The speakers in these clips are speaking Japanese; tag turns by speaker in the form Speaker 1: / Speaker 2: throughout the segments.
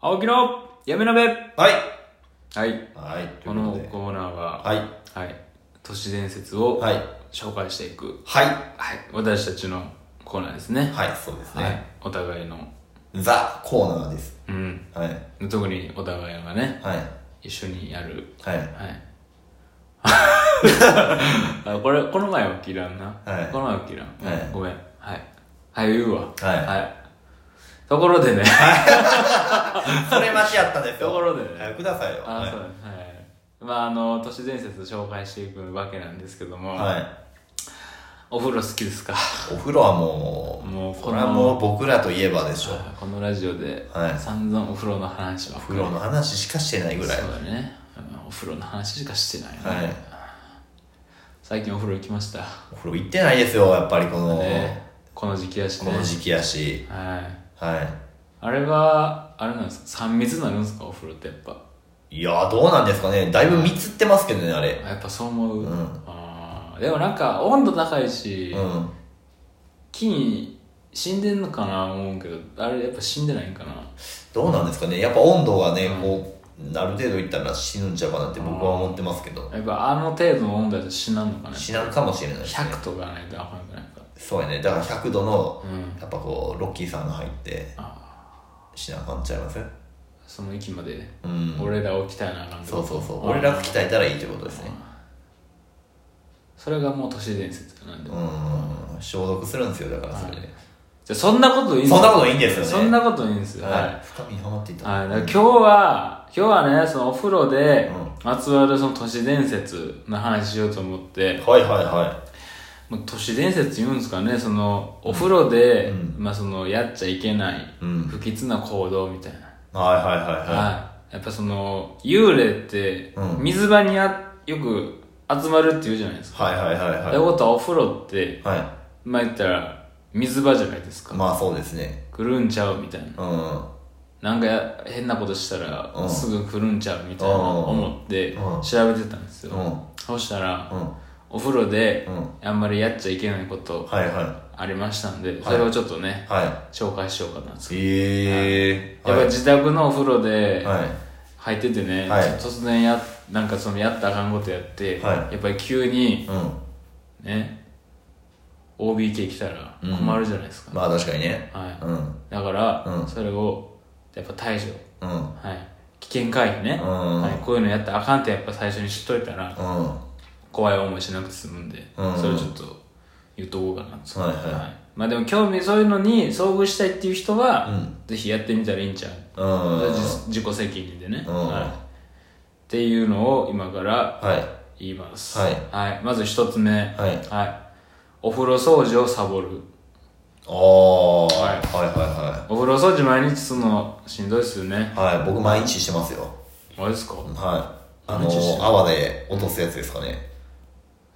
Speaker 1: 青木のやめ鍋
Speaker 2: はい。
Speaker 1: はい。
Speaker 2: はい。とい
Speaker 1: こ
Speaker 2: う
Speaker 1: の
Speaker 2: ことで。
Speaker 1: コーナーは、
Speaker 2: はい。
Speaker 1: はい。都市伝説を
Speaker 2: はい。
Speaker 1: 紹介していく、
Speaker 2: はい。
Speaker 1: はい。私たちのコーナーですね。
Speaker 2: はい、そうです
Speaker 1: はい。
Speaker 2: ね。
Speaker 1: お互いの、
Speaker 2: ザ・コーナーです。
Speaker 1: うん。
Speaker 2: はい。
Speaker 1: 特にお互いがね、
Speaker 2: はい。
Speaker 1: 一緒にやる。
Speaker 2: はい。
Speaker 1: はい。あこれ、この前は切らんな。
Speaker 2: はい
Speaker 1: この前は切らん。
Speaker 2: はい
Speaker 1: ごめん。はい。はい、言うわ。
Speaker 2: はい
Speaker 1: ところでね。
Speaker 2: それ待ちやったんです
Speaker 1: とこ
Speaker 2: よ。
Speaker 1: ろでね。
Speaker 2: はいくださいよ。
Speaker 1: あ、
Speaker 2: はい
Speaker 1: そうですはい。まああの都市伝説紹介していくわけなんですけども、
Speaker 2: は
Speaker 1: お風呂好きですか
Speaker 2: い。お風呂はもう、
Speaker 1: もう
Speaker 2: これはもう僕らといえばでしょ。
Speaker 1: あこのラジオで
Speaker 2: はい
Speaker 1: 散々お風呂の話は
Speaker 2: お風呂の話しかしてないぐらい。
Speaker 1: そうだねうんお風呂の話しかしてないね、
Speaker 2: はい
Speaker 1: 最近お風呂行きました
Speaker 2: お風呂行ってないですよ、やっぱりこの、
Speaker 1: ねこの時期やし
Speaker 2: こ
Speaker 1: ね
Speaker 2: の時期やし。
Speaker 1: はい
Speaker 2: は
Speaker 1: あれはあれなんですか3密になるんですかお風呂ってやっぱ
Speaker 2: い。いやー、どうなんですかね。だいぶ見つってますけどね、あれ。
Speaker 1: やっぱそう思う、
Speaker 2: うん
Speaker 1: あーでもなんか温度高いし、
Speaker 2: うん。
Speaker 1: 菌死んでんのかな思うけどあれやっぱ死んでないんかな
Speaker 2: どうなんですかね。やっぱ温度がね、
Speaker 1: うん
Speaker 2: こう、ある程度いったら死ぬんちゃうかなって僕は思ってますけど。
Speaker 1: やっぱあの程度の温度だと死なんのかな
Speaker 2: 死なんかもしれないですね
Speaker 1: 100とかないとあかんくないか
Speaker 2: そうやねだから100度の
Speaker 1: うん
Speaker 2: やっぱこうロッキーさんが入って
Speaker 1: あ
Speaker 2: 死なあかんちゃいます
Speaker 1: その域まで
Speaker 2: うん
Speaker 1: 俺らを鍛えなあかんって
Speaker 2: そ
Speaker 1: こ
Speaker 2: う
Speaker 1: と
Speaker 2: そうそう
Speaker 1: あー
Speaker 2: 俺らが鍛えたらいいってことですね
Speaker 1: それがもう都市伝説なんで、
Speaker 2: う
Speaker 1: じゃ
Speaker 2: ん消毒するんですよだからそれで、
Speaker 1: あそんなこといいんです
Speaker 2: そんなこといいんですよね
Speaker 1: そんなこといいんですよはい、
Speaker 2: はい、深みにはまっていった
Speaker 1: はい、だから今日は今日はねそのお風呂で
Speaker 2: う
Speaker 1: まつわるその都市伝説の話しようと思って、
Speaker 2: はいはいは
Speaker 1: まあ、都市伝説言うんですかねそのお風呂で、
Speaker 2: うん
Speaker 1: まあ、そのやっちゃいけない
Speaker 2: うん
Speaker 1: 不吉な行動みたいな、
Speaker 2: いはいはいはいは
Speaker 1: はいやっぱその幽霊って
Speaker 2: うん
Speaker 1: 水場にあよく集まるって言うじゃないですか、
Speaker 2: いはいはいはい
Speaker 1: ということはお風呂って
Speaker 2: は
Speaker 1: まあ言ったら水場じゃないですか、
Speaker 2: いまあそうですね
Speaker 1: 来るんちゃうみたいな
Speaker 2: うんは
Speaker 1: なんかや変なことしたら
Speaker 2: うん
Speaker 1: すぐ来るんちゃうみたいな
Speaker 2: うん
Speaker 1: 思って
Speaker 2: うん
Speaker 1: 調べてたんですよ、
Speaker 2: うん
Speaker 1: そうしたら、
Speaker 2: うん
Speaker 1: お風呂で
Speaker 2: うん
Speaker 1: あんまりやっちゃいけないこと
Speaker 2: いは
Speaker 1: ありましたんで、それをちょっとね
Speaker 2: い、は
Speaker 1: 紹介しようかなと
Speaker 2: いええー、
Speaker 1: やっ
Speaker 2: は
Speaker 1: ぱ
Speaker 2: い
Speaker 1: 自宅のお風呂で
Speaker 2: はい
Speaker 1: 入っててね、
Speaker 2: はい
Speaker 1: 突然やなんかそのやったらあかんことやって、
Speaker 2: はい
Speaker 1: やっぱり急に
Speaker 2: うん
Speaker 1: ね OBK 来たら困るじゃないですか、
Speaker 2: まあ確かにね
Speaker 1: はい、
Speaker 2: うん
Speaker 1: だから、
Speaker 2: うん
Speaker 1: それをやっぱ対処
Speaker 2: うん
Speaker 1: はい、危険回避ね、
Speaker 2: うん
Speaker 1: はい、こういうのやったらあかんってやっぱ最初に知っといたら
Speaker 2: うんは
Speaker 1: 怖い思いしなくて済むんで、
Speaker 2: うん
Speaker 1: それをちょっと言っとこうかなと、
Speaker 2: いは
Speaker 1: はいまあでも興味そういうのに遭遇したいっていう人は、
Speaker 2: うん
Speaker 1: ぜひやってみたらいいんちゃう、
Speaker 2: いうん
Speaker 1: 自己責任でね、
Speaker 2: うん
Speaker 1: はい、っていうのを今から
Speaker 2: はい
Speaker 1: 言います、
Speaker 2: はい
Speaker 1: まず一つ目、
Speaker 2: はい
Speaker 1: お風呂掃除をサボる
Speaker 2: ああ、はい
Speaker 1: は、
Speaker 2: はいは
Speaker 1: お風呂掃除毎日するのしんどいっすよね
Speaker 2: いはいはい僕毎日してますよ
Speaker 1: あれですか
Speaker 2: はいあ
Speaker 1: 毎
Speaker 2: の
Speaker 1: 日してる
Speaker 2: 泡で落とすやつですかね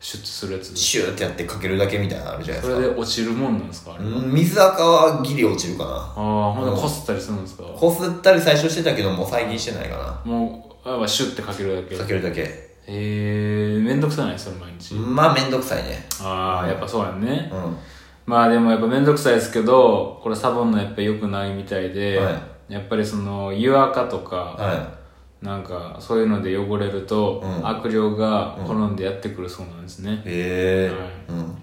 Speaker 1: 出出するやつ
Speaker 2: シューってやってかけるだけみたいなのあるじゃない
Speaker 1: そ
Speaker 2: です
Speaker 1: れ
Speaker 2: か
Speaker 1: で落ちるもんなんですかあれ
Speaker 2: うん水垢はギリ落ちるかな
Speaker 1: ああ、ほんでこすったりするんですか、
Speaker 2: こすったり最初してたけどもう最近してないか
Speaker 1: もう、あまあシュッてかけるだけ。
Speaker 2: なか
Speaker 1: へ
Speaker 2: けるだけ
Speaker 1: えー、めんどくさないそれ毎日。
Speaker 2: まあめんどくさいね
Speaker 1: ああ、やっぱそうやんね。
Speaker 2: うんは
Speaker 1: まあでもやっぱめんどくさいですけど、これサボンのやっぱ良くないみたいで、
Speaker 2: は
Speaker 1: やっぱりその湯垢とか、なんかそういうので汚れると、
Speaker 2: うん
Speaker 1: 悪霊が転んでやってくるそうなんですね。
Speaker 2: いへえ
Speaker 1: はい
Speaker 2: うん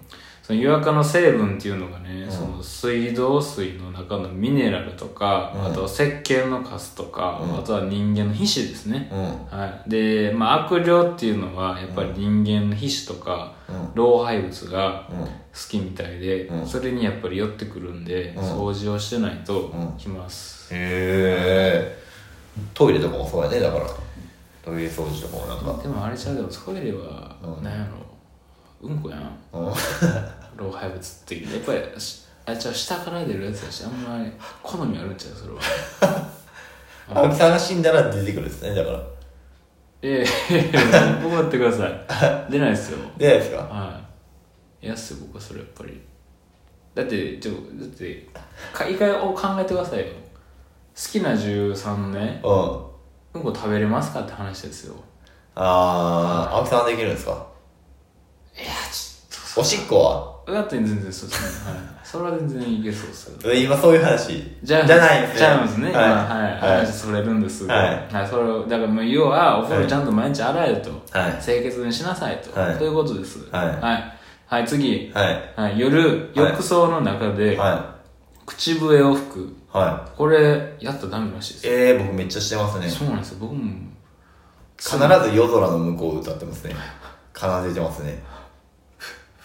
Speaker 1: その湯垢の成分っていうのがね、その水道水の中のミネラルとか、
Speaker 2: うん
Speaker 1: あとは石鹸のカスとか、
Speaker 2: うん
Speaker 1: あとは人間の皮脂ですね、
Speaker 2: うん
Speaker 1: はい、で、まあ、悪霊っていうのはやっぱり人間の皮脂とか、
Speaker 2: うん
Speaker 1: 老廃物が
Speaker 2: うん
Speaker 1: 好きみたいで、
Speaker 2: うん
Speaker 1: それにやっぱり寄ってくるんで、
Speaker 2: ん
Speaker 1: 掃除をしてないと
Speaker 2: うん
Speaker 1: きます、
Speaker 2: へえトイレとかもそうやねだからトイレ掃除とかもなんか
Speaker 1: でもあれちゃうでもトイレは
Speaker 2: うん
Speaker 1: 何やろうんこやん
Speaker 2: うん
Speaker 1: 老廃物ってやっぱりしあれちゃう下から出るやつだしあんまり好みあるんちゃうそれは
Speaker 2: 青木さんが死んだら出てくるんですねだから
Speaker 1: いやいやいや僕待ってください出ないですよ
Speaker 2: 出ないですか
Speaker 1: はい。いやっすよ、僕はそれやっぱり。だって、ちょ、だって、か一回を考えてくださいよ。好きな13ね、
Speaker 2: う
Speaker 1: う
Speaker 2: ん
Speaker 1: んこ食べれますかって話ですよ。
Speaker 2: あー、青木さんはできるんですか
Speaker 1: いや、ちょっと
Speaker 2: おしっこは
Speaker 1: だって全然そうですね、はい、それは全然いけそう ですけど
Speaker 2: 今そういう話
Speaker 1: じゃあ
Speaker 2: ないですね
Speaker 1: じゃあですね
Speaker 2: はい
Speaker 1: まあはい
Speaker 2: はい
Speaker 1: 話それるんですが
Speaker 2: は
Speaker 1: はいそれをだからもう要はお風呂ちゃんと毎日洗えと、
Speaker 2: はい
Speaker 1: 清潔にしなさいと、
Speaker 2: はい
Speaker 1: ということです
Speaker 2: はい
Speaker 1: はい、はい次、
Speaker 2: はい
Speaker 1: はい、夜浴槽の中で、
Speaker 2: は
Speaker 1: 口笛を吹く
Speaker 2: いは
Speaker 1: これやったらダメらしい
Speaker 2: い
Speaker 1: で
Speaker 2: えー、僕めっちゃしてますね
Speaker 1: すそうなんですよ僕も
Speaker 2: 必ず夜空の向こうを歌ってますね奏でてますね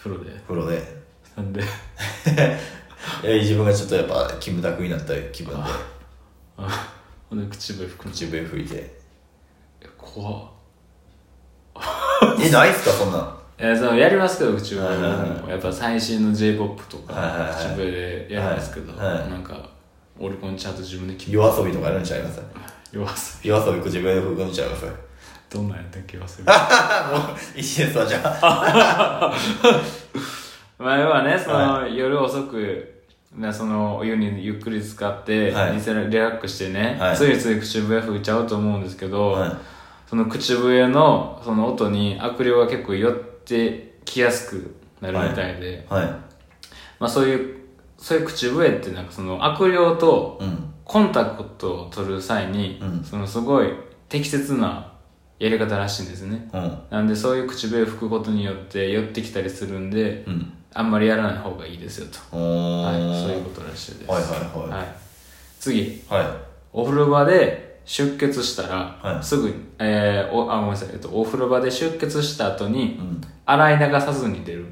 Speaker 1: 風呂で
Speaker 2: 風呂で
Speaker 1: なんで
Speaker 2: いや自分がちょっとやっぱキムタクになった気分で
Speaker 1: あほんで口笛吹くの
Speaker 2: 口笛吹いて
Speaker 1: え怖っ
Speaker 2: えないっすかそんなん
Speaker 1: えー、そのやりますけど口笛も、
Speaker 2: はいはいは
Speaker 1: やっぱ最新の j p o p とか、
Speaker 2: はいはいはい
Speaker 1: 口笛でやりますけど、
Speaker 2: はいはい
Speaker 1: なんかオリコンチャート自分で決め
Speaker 2: 夜遊びとかやるんちゃいます
Speaker 1: 弱す
Speaker 2: 夜遊び口笛で吹くんちゃいます
Speaker 1: どんなんやったっけ忘れ
Speaker 2: あもう一ですわじゃあ
Speaker 1: たまあ要はねその、
Speaker 2: は
Speaker 1: 夜遅くなそのお湯にゆっくり使って、
Speaker 2: はい
Speaker 1: リセラリラックスしてね、
Speaker 2: はい
Speaker 1: ついつい口笛吹いちゃうと思うんですけど、
Speaker 2: はい
Speaker 1: その口笛のその音に悪霊が結構寄ってきやすくなるみたいで、
Speaker 2: は
Speaker 1: まあそういうそういう口笛ってなんかその悪霊と
Speaker 2: いうん
Speaker 1: コンタクトを取る際に、
Speaker 2: うん
Speaker 1: そのすごい適切なやり方らしいんですね。
Speaker 2: うん
Speaker 1: なんでそういう口笛を吹くことによって寄ってきたりするんで、
Speaker 2: うん
Speaker 1: あんまりやらない方がいいですよと。
Speaker 2: お
Speaker 1: はい、そういう
Speaker 2: ー
Speaker 1: ことらしいです。
Speaker 2: はいはいはい
Speaker 1: はい次、
Speaker 2: はい
Speaker 1: お風呂場で出血したら、
Speaker 2: はい
Speaker 1: すぐに、えー、お、あ、ごめんなさい、えっと、お風呂場で出血した後に
Speaker 2: う、ん
Speaker 1: 洗い流さずに出る。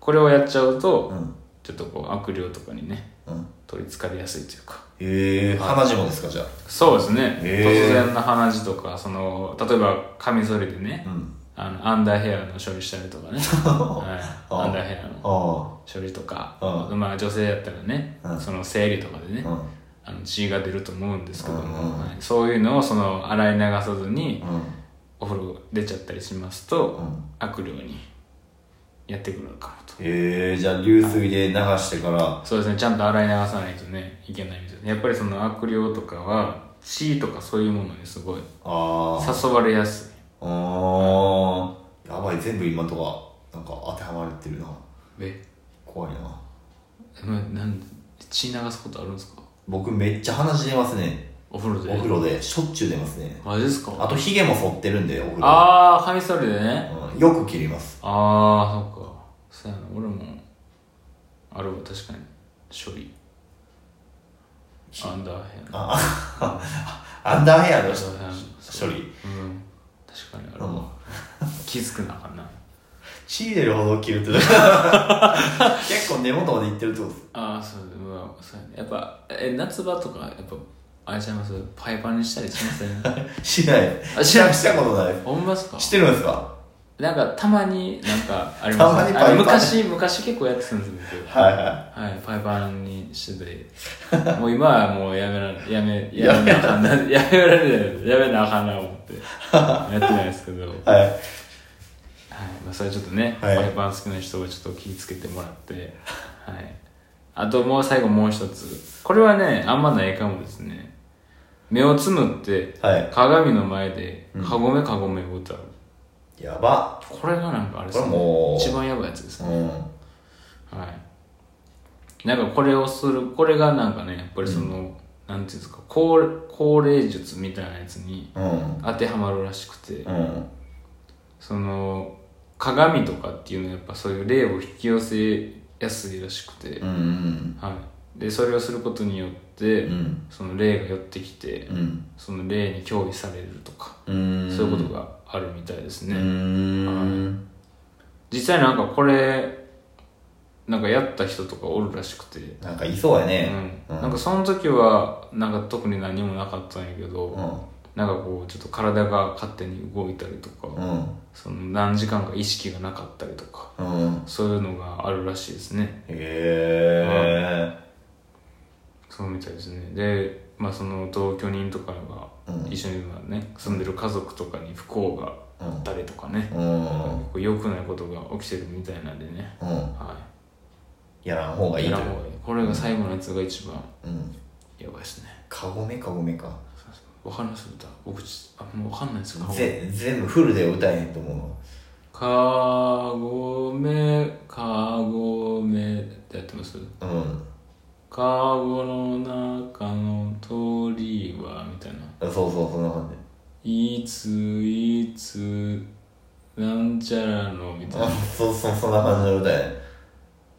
Speaker 1: これをやっちゃうと、
Speaker 2: うん
Speaker 1: ちょっとこう悪霊とかにね、
Speaker 2: うん
Speaker 1: 取りつかれやすいというか。
Speaker 2: えー、鼻血もですかじゃあ
Speaker 1: そうですね、
Speaker 2: へ
Speaker 1: 突
Speaker 2: ー
Speaker 1: 然の鼻血とかその例えばカミソリでね、
Speaker 2: うん
Speaker 1: あのアンダーヘアの処理したりとか ね、はい、
Speaker 2: あ
Speaker 1: アンダーヘアの
Speaker 2: あ
Speaker 1: 処理とか
Speaker 2: う
Speaker 1: まあ、女性やったらね、
Speaker 2: うん
Speaker 1: その生理とかでね、
Speaker 2: あうん
Speaker 1: あの血が出ると思うんですけども、
Speaker 2: うんうん
Speaker 1: はいそういうのをその洗い流さずに
Speaker 2: うん
Speaker 1: お風呂出ちゃったりしますと、
Speaker 2: うん
Speaker 1: 悪霊にやってくるのかもと
Speaker 2: えー、じゃあ流水で流してから
Speaker 1: そうですねちゃんと洗い流さないとねいけないみたいなやっぱりその悪霊とかは血とかそういうものにすごい
Speaker 2: あー
Speaker 1: 誘われやすい
Speaker 2: あーやばい全部今んとこなんか当てはまれてるな
Speaker 1: え
Speaker 2: 怖いな
Speaker 1: ななん血流すことあるんですか
Speaker 2: 僕めっちゃ鼻血出ますね
Speaker 1: お風呂で
Speaker 2: お風呂でしょっちゅう出ますね
Speaker 1: マジですか
Speaker 2: あとヒゲも剃ってるんでお風呂
Speaker 1: ああカミソリでね
Speaker 2: うんよく切ります
Speaker 1: ああそっかそうやな俺もあれは確かに処理アンダーヘア
Speaker 2: ああアンダーヘアの
Speaker 1: アンダーヘ
Speaker 2: 処理
Speaker 1: アうん確かにあれ
Speaker 2: う
Speaker 1: は
Speaker 2: ん
Speaker 1: 気づくなあかんな
Speaker 2: 血出るほど切るって 結構根元までいってるってことです
Speaker 1: ああそううわそうやねやっぱえ夏場とかやっぱあれちゃいますパイパンにしたりしません
Speaker 2: しない
Speaker 1: あし
Speaker 2: し
Speaker 1: ない
Speaker 2: したことないで
Speaker 1: ほんまっすか
Speaker 2: すしてるんですか
Speaker 1: なんかたまになんかあり
Speaker 2: た
Speaker 1: ま
Speaker 2: ますに
Speaker 1: ね
Speaker 2: パイパ
Speaker 1: あ
Speaker 2: ン
Speaker 1: の昔昔結構やってたんですよ僕
Speaker 2: はいは
Speaker 1: はい、パイパンにしてて、もう今はもうやめられ、やめ、やめなあかんな、やめられない、やめなあかんな思って、やってないですけど、はい、
Speaker 2: いはい
Speaker 1: まあそれちょっとね、
Speaker 2: はい
Speaker 1: パイパン好きな人はちょっと気ぃつけてもらって、はい。あともう最後もう一つ。これはね、あんまないかもですね。目をつむって、
Speaker 2: はい
Speaker 1: 鏡の前で、かごめかごめを歌う。
Speaker 2: やば
Speaker 1: これがなんかあれです
Speaker 2: これもう
Speaker 1: 一番やばいやつですね。
Speaker 2: うん
Speaker 1: はい。なんかこれをする、これがなんかね、やっぱりその、なんていうんですか、高高齢術みたいなやつに
Speaker 2: うん
Speaker 1: 当てはまるらしくて、
Speaker 2: うん
Speaker 1: その、鏡とかっていうのはやっぱそういう霊を引き寄せやすいらしくて、
Speaker 2: うん
Speaker 1: はい。で、それをすることによっ
Speaker 2: う
Speaker 1: て、
Speaker 2: ん
Speaker 1: その霊が寄ってきて、
Speaker 2: うん
Speaker 1: その霊に脅威されるとか、
Speaker 2: うん
Speaker 1: そういうことがあるみたいですね。
Speaker 2: うん
Speaker 1: 実際なんかこれ、なんかやった人とかおるらしくて、
Speaker 2: なんかいそうやね
Speaker 1: う、
Speaker 2: うんん
Speaker 1: なんかその時はなんか特に何もなかったんやけど、
Speaker 2: うん
Speaker 1: なんかこうちょっと体が勝手に動いたりとか、
Speaker 2: うん
Speaker 1: その何時間か意識がなかったりとか
Speaker 2: うん
Speaker 1: そういうのがあるらしいですね
Speaker 2: へえ
Speaker 1: そうみたいですねで、まあ、その同居人とかが
Speaker 2: うん
Speaker 1: 一緒にはね住んでる家族とかに不幸があったりとかね、
Speaker 2: うん
Speaker 1: こう良くないことが起きてるみたいなんでね、
Speaker 2: うん
Speaker 1: は
Speaker 2: やらんほうが
Speaker 1: い
Speaker 2: いい
Speaker 1: や
Speaker 2: と
Speaker 1: らん方がいいこれが最後のやつが一番
Speaker 2: うん
Speaker 1: やばいですね
Speaker 2: かごめかごめか
Speaker 1: わかります歌僕ちあもうわかんないですよ
Speaker 2: ぜ全部フルで歌えへんと思う
Speaker 1: かごめかごめってやってます
Speaker 2: うん
Speaker 1: かごの中の鳥はみたいな
Speaker 2: そうそうそんな感じ
Speaker 1: いついつなんちゃらのみたい
Speaker 2: あ
Speaker 1: な
Speaker 2: そうそうそんな感じの歌やね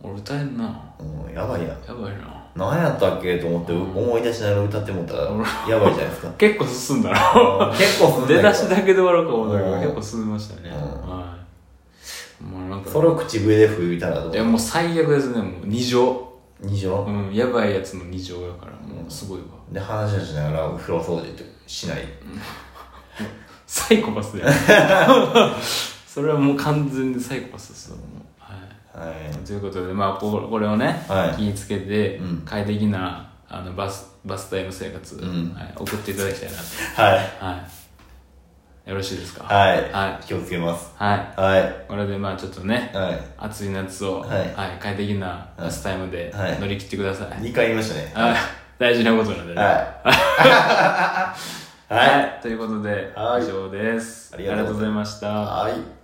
Speaker 1: 俺歌えんな
Speaker 2: うんやばいやん
Speaker 1: やばいな
Speaker 2: 何やったっけと思って思い出しながら歌ってもったらやばいじゃないですか
Speaker 1: 結構進んだな
Speaker 2: うん結構すんだ
Speaker 1: 出
Speaker 2: け
Speaker 1: だ
Speaker 2: ど
Speaker 1: しだけで終わろうか思ったけど
Speaker 2: うん
Speaker 1: 結構進みましたね
Speaker 2: うん
Speaker 1: はいもうなんか
Speaker 2: それを口笛で吹いたらどう
Speaker 1: いやもう最悪ですねもう二乗
Speaker 2: 二条
Speaker 1: うんやばいやつの二乗だからもうすごいわ
Speaker 2: で話をしながらお風呂掃除ってしない
Speaker 1: サイコパスだよそれはもう完全にサイコパスですよもうはい
Speaker 2: はい
Speaker 1: ということで、まあ、ここれをね、
Speaker 2: はい
Speaker 1: 気につけて
Speaker 2: うん
Speaker 1: 快適なあのバスバス停の生活、
Speaker 2: ん
Speaker 1: はい、送っていただきたいなと、
Speaker 2: はい
Speaker 1: はい、よろしいですか
Speaker 2: はい、
Speaker 1: はい
Speaker 2: 気をつけます
Speaker 1: はい、
Speaker 2: はい
Speaker 1: これでまあちょっとね
Speaker 2: はい
Speaker 1: 暑い夏を、
Speaker 2: はい
Speaker 1: 快適なバスタイムで
Speaker 2: はい
Speaker 1: 乗り切ってください、はい
Speaker 2: 2回言いましたね
Speaker 1: 大事なことなんでね
Speaker 2: はいはい
Speaker 1: いということで、
Speaker 2: はい
Speaker 1: 以上です
Speaker 2: ありが
Speaker 1: ありが
Speaker 2: とうござい
Speaker 1: とうございました
Speaker 2: はい